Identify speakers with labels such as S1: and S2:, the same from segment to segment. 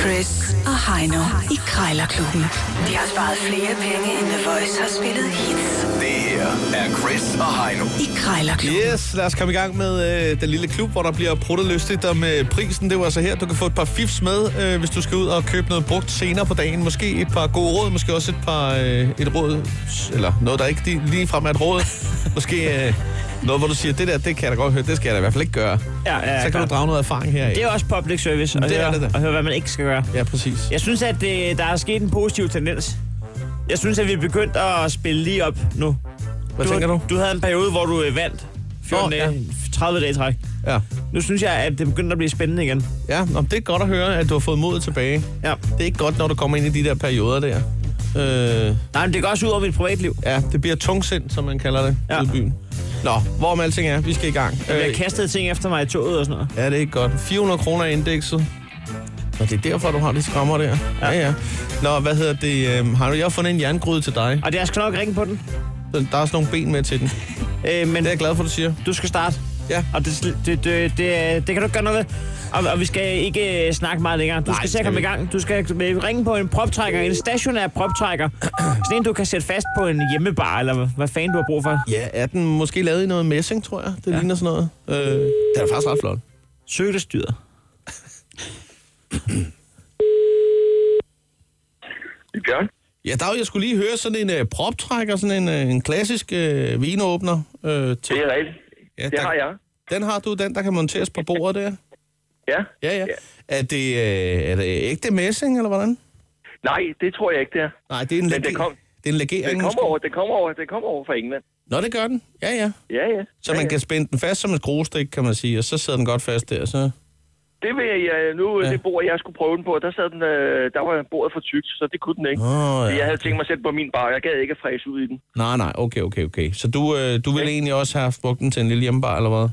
S1: Chris og Heino i Krejlerklubben. De har sparet flere penge, end The Voice har spillet hits
S2: Det her er Chris og Heino.
S1: i Krejlerklubben.
S3: Yes, lad os komme i gang med øh, den lille klub, hvor der bliver pruttet lystigt om øh, prisen. Det var altså her, du kan få et par fifs med, øh, hvis du skal ud og købe noget brugt senere på dagen. Måske et par gode råd, måske også et par øh, et råd, s- eller noget, der ikke lige, lige frem er et råd. Måske øh, noget, hvor du siger, det der, det kan jeg da godt høre, det skal jeg da i hvert fald ikke gøre.
S4: Ja, ja,
S3: Så kan
S4: klart.
S3: du drage noget erfaring her.
S4: Det er også public service at,
S3: Det er
S4: høre,
S3: det da.
S4: at høre, hvad man ikke skal gøre.
S3: Ja, præcis.
S4: Jeg synes, at det, der er sket en positiv tendens. Jeg synes, at vi er begyndt at spille lige op nu.
S3: Hvad tænker du?
S4: Du havde en periode, hvor du øh, vandt 14
S3: Nå,
S4: Nå, dage, 30 dage i træk.
S3: Ja,
S4: Nu synes jeg, at det begynder at blive spændende igen.
S3: ja nå, det er godt at høre, at du har fået modet tilbage.
S4: Ja.
S3: Det er ikke godt, når du kommer ind i de der perioder der. Øh,
S4: Nej, men det går også ud over mit privatliv.
S3: Ja, det bliver tungsind, som man kalder det ja.
S4: Ja.
S3: ude i byen. Nå, hvorom alting er, vi skal i gang.
S4: Jeg bliver kastet ting efter mig i toget og sådan noget.
S3: ja, det er ikke godt. 400 kroner er indekset. Og det er derfor, du har de skrammer der. Ja, ja. Nå, hvad hedder det? Øh, har du, jeg har fundet en jerngryde til dig.
S4: Og det er skal nok ringe på den.
S3: Der er sådan nogle ben med til den.
S4: Øh, men
S3: Det er jeg glad for, du siger.
S4: du skal starte.
S3: Ja.
S4: Og det, det, det, det, det kan du ikke gøre noget ved. Og, og vi skal ikke øh, snakke meget længere. Du
S3: Nej,
S4: Nej, skal
S3: skal
S4: se at komme
S3: vi
S4: i gang. Du skal øh, ringe på en proptrækker, en stationær proptrækker. Sådan en, du kan sætte fast på en hjemmebar, eller hvad- hvad fanden du har brug for.
S3: Ja, er den måske lavet i noget messing, tror jeg. Det ja. ligner sådan noget. Øh, det er faktisk ret flot.
S4: Søgtestyret.
S5: Bjørn?
S3: Ja, der jeg skulle lige høre sådan en øh, proptrækker, sådan en, øh, en klassisk øh, vinåbner. Øh, til.
S5: Det er rigtigt.
S3: Ja,
S5: det
S3: der-
S5: har jeg.
S3: Den har du, den der kan monteres på bordet der.
S5: Ja.
S3: Ja, ja.
S5: Ja.
S3: Er det, øh, er det ægte messing, eller hvordan?
S5: Nej, det tror jeg ikke, det er.
S3: Nej, det er en,
S5: Men den
S3: lege-
S5: kom-
S3: det er en legering.
S5: Den kommer,
S3: måske.
S5: over, den, kommer over, den kommer over fra England.
S3: Nå, det gør den. Ja, ja.
S5: Ja, ja.
S3: Så
S5: ja,
S3: man
S5: ja.
S3: kan spænde den fast som en skruestik, kan man sige, og så sidder den godt fast der. Så.
S5: Det vil jeg, ja, nu,
S3: Ja.
S5: ja. det bord, jeg skulle prøve den på, der, sad den, øh, der var bordet for tykt, så det kunne den ikke.
S3: Åh,
S5: Jeg
S3: ja.
S5: havde tænkt mig selv på min bar, jeg gad ikke at fræse ud i den.
S3: Nej, nej, okay, okay, okay. Så du, øh, du ville egentlig også have haft brugt den til en lille hjemmebar, eller hvad?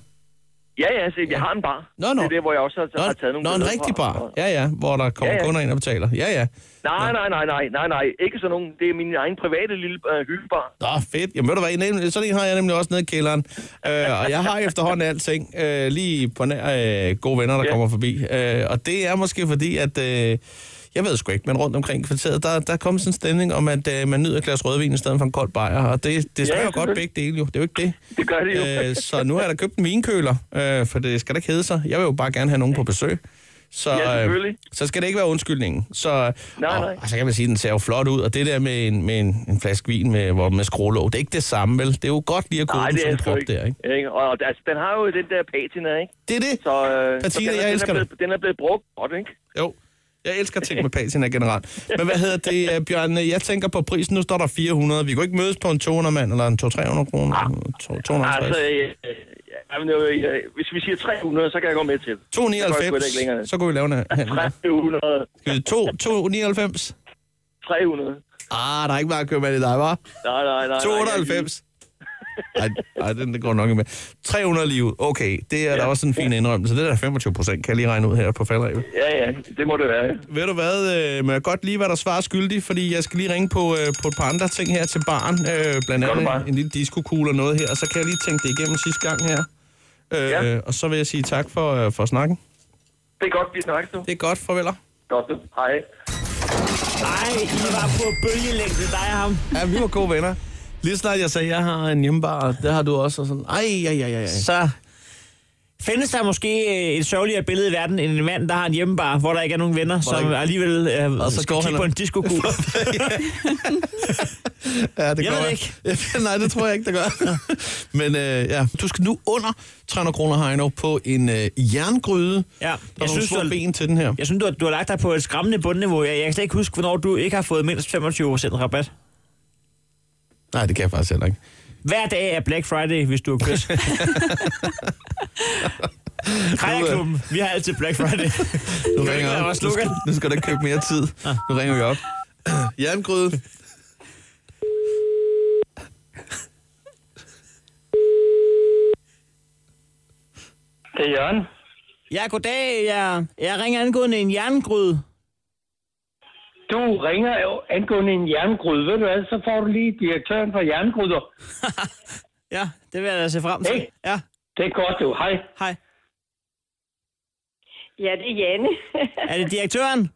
S5: Ja, ja, altså, jeg har en bar.
S3: Nå, nå.
S5: Det er det, hvor jeg også har, har taget nogle
S3: nå, en
S5: billeder
S3: rigtig
S5: fra.
S3: bar. Ja, ja, hvor der kommer
S5: Ja, ja.
S3: kunder ind og betaler. Ja, ja.
S5: Nej, nej, nej, nej, nej, nej. Ikke sådan nogen. Det er min egen private lille øh, hyggebar.
S3: Nå, fedt. Jamen ved du hvad, nemlig, sådan en har jeg nemlig også nede i kælderen. Øh, og jeg har efterhånden alting øh, lige på nær øh, gode venner, der ja.
S5: Ja.
S3: kommer forbi. Øh, og det er måske fordi, at... Øh, jeg ved sgu ikke, men rundt omkring i kvarteret, der, der kom sådan en stemning om, at øh, man nyder et glas rødvin i stedet for en kold bajer. Og det, det smager ja, jo godt
S5: selvfølgelig.
S3: begge dele jo. Det er jo ikke det.
S5: Det gør det jo.
S3: Øh, så nu har jeg da købt en vinkøler, øh, for det skal da ikke hedde sig. Jeg vil jo bare gerne have nogen på besøg. Så,
S5: Ja,
S3: øh,
S5: selvfølgelig.
S3: så skal det ikke være undskyldningen. Så,
S5: Nej,
S3: og,
S5: nej.
S3: og så kan man sige, at den ser jo flot ud, og det der med en, med en, en flaske vin med, hvor, med skrålåg, det er ikke det samme, vel? Det er jo godt lige at kunne
S5: Nej,
S3: den
S5: det
S3: sådan
S5: er
S3: en
S5: sgu
S3: prop
S5: ikke.
S3: der, ikke?
S5: ikke? Og altså, den har jo den der patina, ikke?
S3: Det er det.
S5: Så, øh, så
S3: Patina,
S5: den, er-
S3: jeg
S5: den,
S3: elsker
S5: er blevet, den er blevet brugt godt, ikke?
S3: Jo. Jeg elsker ting med patina generelt. Men hvad hedder det, øh, Bjørn? Jeg tænker på prisen. Nu står der 400. Vi kunne ikke mødes på en 200 mand, eller en 200-300 kroner. To- 250.
S5: Altså, øh, øh, jamen, øh, øh, hvis vi siger 300, så kan jeg gå med til det. Så går jeg sgu ikke længere.
S3: 299. Så kunne vi lave en handel.
S5: 300.
S3: Skal vi- to- 299.
S5: 300.
S3: Ah, der er ikke meget købmand i dig, var?
S5: Nej, nej, nej.
S3: 290. Ej, ej, den der går nok ikke med. 300 lige ud. Okay, det er da også en fin indrømmelse. Det er da 25 procent, kan jeg lige regne ud her på faldrevet.
S5: Nej, ja, ja, det må det være. ja.
S3: Ved du hvad, øh, må jeg godt lige være der svarer skyldig, fordi jeg skal lige ringe på, øh, på et par andre ting her til barn. Øh, blandt
S5: Gør det
S3: andet
S5: bare.
S3: en lille diskokugle og noget her, og så kan jeg lige tænke det igennem sidste gang her. Øh,
S5: Ja.
S3: Og så vil jeg sige tak for, øh, for snakken.
S5: Det er godt, vi snakkes nu.
S3: Det er godt, farveler.
S5: Godt, du. Hej.
S4: Ej, I var på bølgelængde, dig og ham.
S3: Ja, vi var gode venner. Lige snart jeg sagde, jeg har en hjemmebar, det har du også, og sådan, ej, ej, ej, ej, ej.
S4: Så findes der måske øh, et sørgeligere billede i verden, end en mand, der har en hjemmebar, hvor der ikke er nogen venner,
S3: der
S4: som
S3: ikke-
S4: alligevel øh,
S3: Og så
S4: så skal
S3: går
S4: kigge
S3: han
S4: på
S3: og-
S4: en diskokugle.
S3: Ja, det gør
S4: Jeg ved
S3: jeg.
S4: ikke.
S3: ikke. Nej, det tror jeg ikke, det gør. Men øh, ja, du skal nu under 300 kroner, Heino, på en øh, jerngryde.
S4: Ja,
S3: jeg
S4: jeg
S3: nogle synes,
S4: synes,
S3: små
S4: du har-
S3: ben til den her.
S4: Jeg synes, du har, du har lagt dig på et skræmmende bundniveau. Jeg, jeg kan slet ikke huske, hvornår du ikke har fået mindst 25% rabat.
S3: Nej, det kan jeg faktisk heller ikke.
S4: Hver dag er Black Friday, hvis du er kys. Krejerklubben, vi har altid Black Friday.
S3: Nu ringer
S4: Kan ikke lade
S3: jeg
S4: mig
S3: op. Nu
S4: slukke?
S3: skal, nu skal du ikke købe mere tid. Nu ringer vi op. Jerngryde.
S5: Det er Jørgen.
S4: Ja, goddag. Jeg, jeg ringer angående en jerngryde.
S5: Du ringer jo angående en jerngryde, ved du hvad? Så får du lige direktøren for jerngryder.
S4: Ja, det vil jeg da se frem til.
S5: Hey.
S4: Ja,
S5: Det er godt, du. Hej.
S4: hej.
S6: Ja, det er Janne.
S4: Er det direktøren?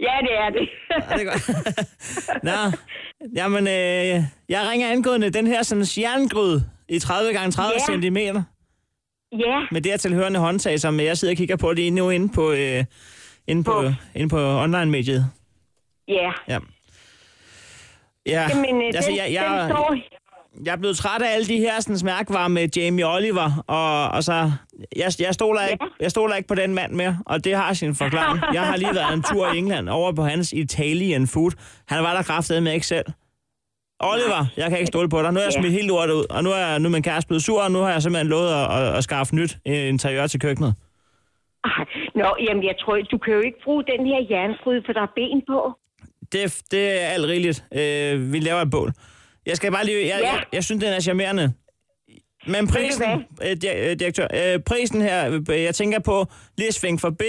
S6: Ja, det er det.
S4: Ja, det er godt. Nå, jamen, øh, jeg ringer angående den her sådan jerngryde i 30 gange 30
S6: Ja.
S4: cm
S6: ja,
S4: med det her tilhørende håndtag, som jeg sidder og kigger på lige nu inde på, øh, inde på,
S6: Hvor?
S4: inde på online-mediet.
S6: ja.
S4: Ja. Ja,
S6: Jamen, øh,
S4: altså,
S6: den,
S4: jeg,
S6: den
S4: jeg,
S6: står...
S4: jeg er blevet træt af alle de her sådan, mærkvarer med Jamie Oliver, og, og så, jeg, jeg, stoler ikke, jeg stoler ikke på den mand mere, og det har sin forklaring. Jeg har lige været en tur i England over på hans Italian Food. Han var der kraftedet med ikke selv. Oliver, jeg kan ikke stole på dig. Nu er jeg
S6: Ja.
S4: smidt helt lortet ud, og nu er, nu er min kæreste blevet sur, og nu har jeg simpelthen lovet at, at, at skaffe nyt øh, interiør til køkkenet.
S6: Ah, Nå, jamen, jeg tror, du kan jo ikke bruge den her jerngryde, for der er ben på.
S4: Det, det er alt rigeligt. Øh, vi laver et bål. Jeg skal bare lige... Jeg,
S6: Ja.
S4: jeg, jeg synes, den er charmerende. Men prisen, øh, di- øh, direktør, øh, prisen her, øh, jeg tænker på, lige at svinge for B,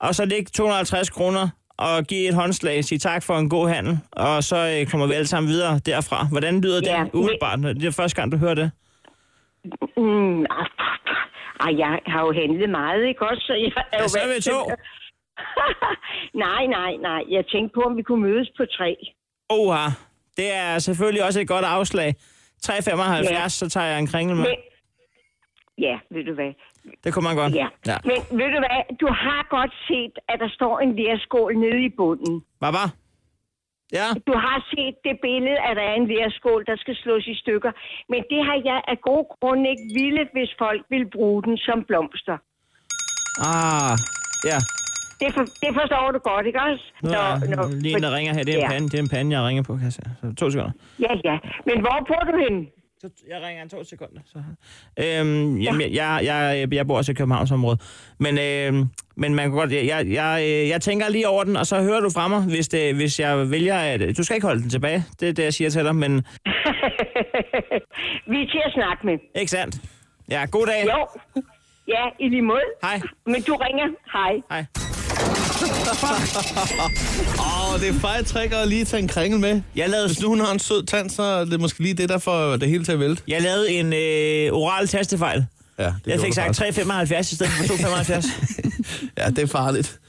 S4: og så lægge 250 kroner og give et håndslag, sige tak for en god handel, og så øh, kommer vi alle sammen videre derfra. Hvordan lyder
S6: Ja,
S4: det umiddelbart? når- Det er første gang, du hører det.
S6: Mm, ah, fuck. Ej, jeg har jo handlet meget, ikke også? Så jeg er
S4: Ja,
S6: jo
S4: Altså, så er vi
S6: vant til-
S4: to.
S6: nej, nej, nej. Jeg tænkte på, om vi kunne mødes på tre.
S4: Oha. Det er selvfølgelig også et godt afslag. 3,75,
S6: Ja.
S4: så tager jeg en kringel med.
S6: Men, ja, ved du hvad?
S4: Det kunne man godt.
S6: Ja. ja. Men ved du hvad? Du har godt set, at der står en lærskål nede i bunden.
S4: Hvad var? Ja.
S6: Du har set det billede, at der er en lærskål, der skal slås i stykker. Men det har jeg af god grund ikke ville, hvis folk ville bruge den som blomster.
S4: Ah, ja.
S6: Det, for, det forstår du godt, ikke også?
S4: Nu er nå, lige en, der ringer her. Det er en
S6: ja.
S4: pande, det er en pande jeg ringer på. Kan jeg se. Så to sekunder.
S6: Ja, ja. Men hvor bor du henne?
S4: Så jeg ringer en to sekunder. Så. Øhm, jamen, jeg, jeg, jeg, jeg bor også i Københavnsområdet. Men, øhm, men man kan godt, jeg, jeg, jeg, øh, jeg tænker lige over den, og så hører du fra mig, hvis, det, hvis jeg vælger at... Du skal ikke holde den tilbage, det er det, jeg siger til dig, men
S6: Vi er til at snakke med.
S4: ikke sandt? Ja, god dag.
S6: Jo. Ja, i lige måde.
S4: Hej.
S6: Men du ringer. Hej.
S4: Hej.
S3: Åh, oh, det er fejl trick at lige tage en kringel med.
S4: Jeg lavede,
S3: Hvis nu hun har en sød tand, så er det måske lige det, der får det hele til at vælte.
S4: jeg lavede en øh, oral tastefejl.
S3: Ja, det
S4: Jeg
S3: gjorde
S4: fik
S3: du
S4: sagt
S3: faktisk.
S4: 3,75 i stedet for 2,75.
S3: Ja, det er farligt.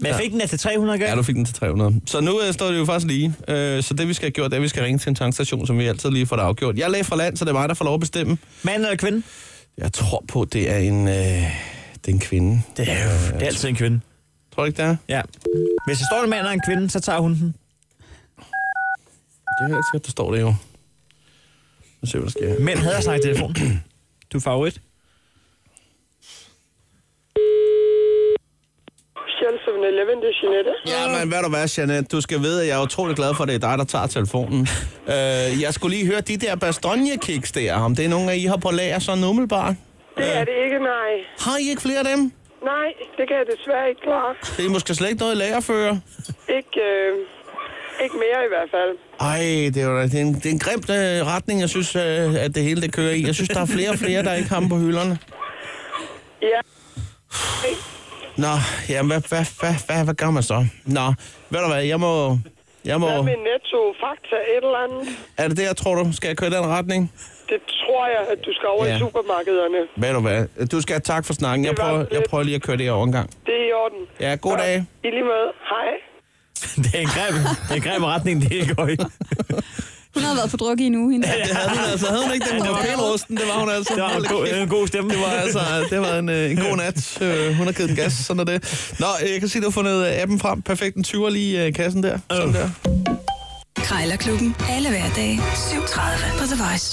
S4: Men jeg fik den altså 300 gange.
S3: Ja, du fik den til 300. Så nu øh, står det jo faktisk lige. Øh, så det, vi skal have gjort, det er, at vi skal ringe til en tankstation, som vi altid lige får det afgjort. Jeg lagde fra land, så det er mig, der får lov at bestemme.
S4: Mand eller kvinde?
S3: Jeg tror på, det er en, øh, det er en kvinde. Øh,
S4: Det er, jo, det er altid en kvinde.
S3: Tror du ikke, det er?
S4: Ja. Hvis der står en mand og en kvinde, så tager hun den.
S3: Det er helt sikkert, der står det jo. Nu ser vi, hvad der sker.
S4: Mænd hader at snakke i telefon. Du er favorit.
S7: Shell 7-Eleven, det er Jeanette.
S3: Ja, men hvad du hvad, Jeanette, du skal vide, at jeg er utrolig glad for, at det er dig, der tager telefonen. øh, jeg skulle lige høre de der bastogne-kiks der, om det er nogen af I har på lager sådan umiddelbart.
S7: Det er det ikke, nej.
S3: Har I ikke flere af dem?
S7: Nej, det kan jeg desværre ikke klare.
S3: Det er måske slet ikke noget, I lagerfører.
S7: Ikke, øh, ikke mere i hvert fald.
S3: Ej, det er, jo da- det er en, det er en grim øh, retning, jeg synes, øh, at det hele det kører i. Jeg synes, der er flere og flere, der ikke har dem på hylderne.
S7: Ja.
S3: Nå, jamen, hvad, hvad, hvad, hvad, hvad gør man så? Nå, ved du hvad, jeg må... Jeg må
S7: Hvad med netto, fakta, et eller andet?
S3: er det det, jeg tror du? Skal jeg køre i den retning?
S7: Det tror jeg, at du skal over
S3: Ja.
S7: i supermarkederne.
S3: Ved du hvad, du skal have tak for snakken. Jeg
S7: Det var
S3: prøver, jeg
S7: lidt.
S3: prøver lige at køre det her overgang.
S7: Det er i orden.
S3: Ja, god dag.
S7: I lige måde. Hej.
S4: Det er en grim, det er en grim retning, det går i.
S8: Hun har været på druk i en uge, hende.
S3: Det havde hun altså. Havde hun ikke den
S4: Ja, det var-
S3: rokelrosten? Det var hun altså.
S4: Det var en god, en god stemme.
S3: Det var altså det var en, øh, en god nat. Øh, hun har givet den gas, sådan er det. Nå, øh, jeg kan sige, du har fundet øh, appen frem. Perfekt en 20'er lige øh, i kassen der. Sådan der.
S1: Krejlerklubben. Alle hverdage. 7.30 på The Voice.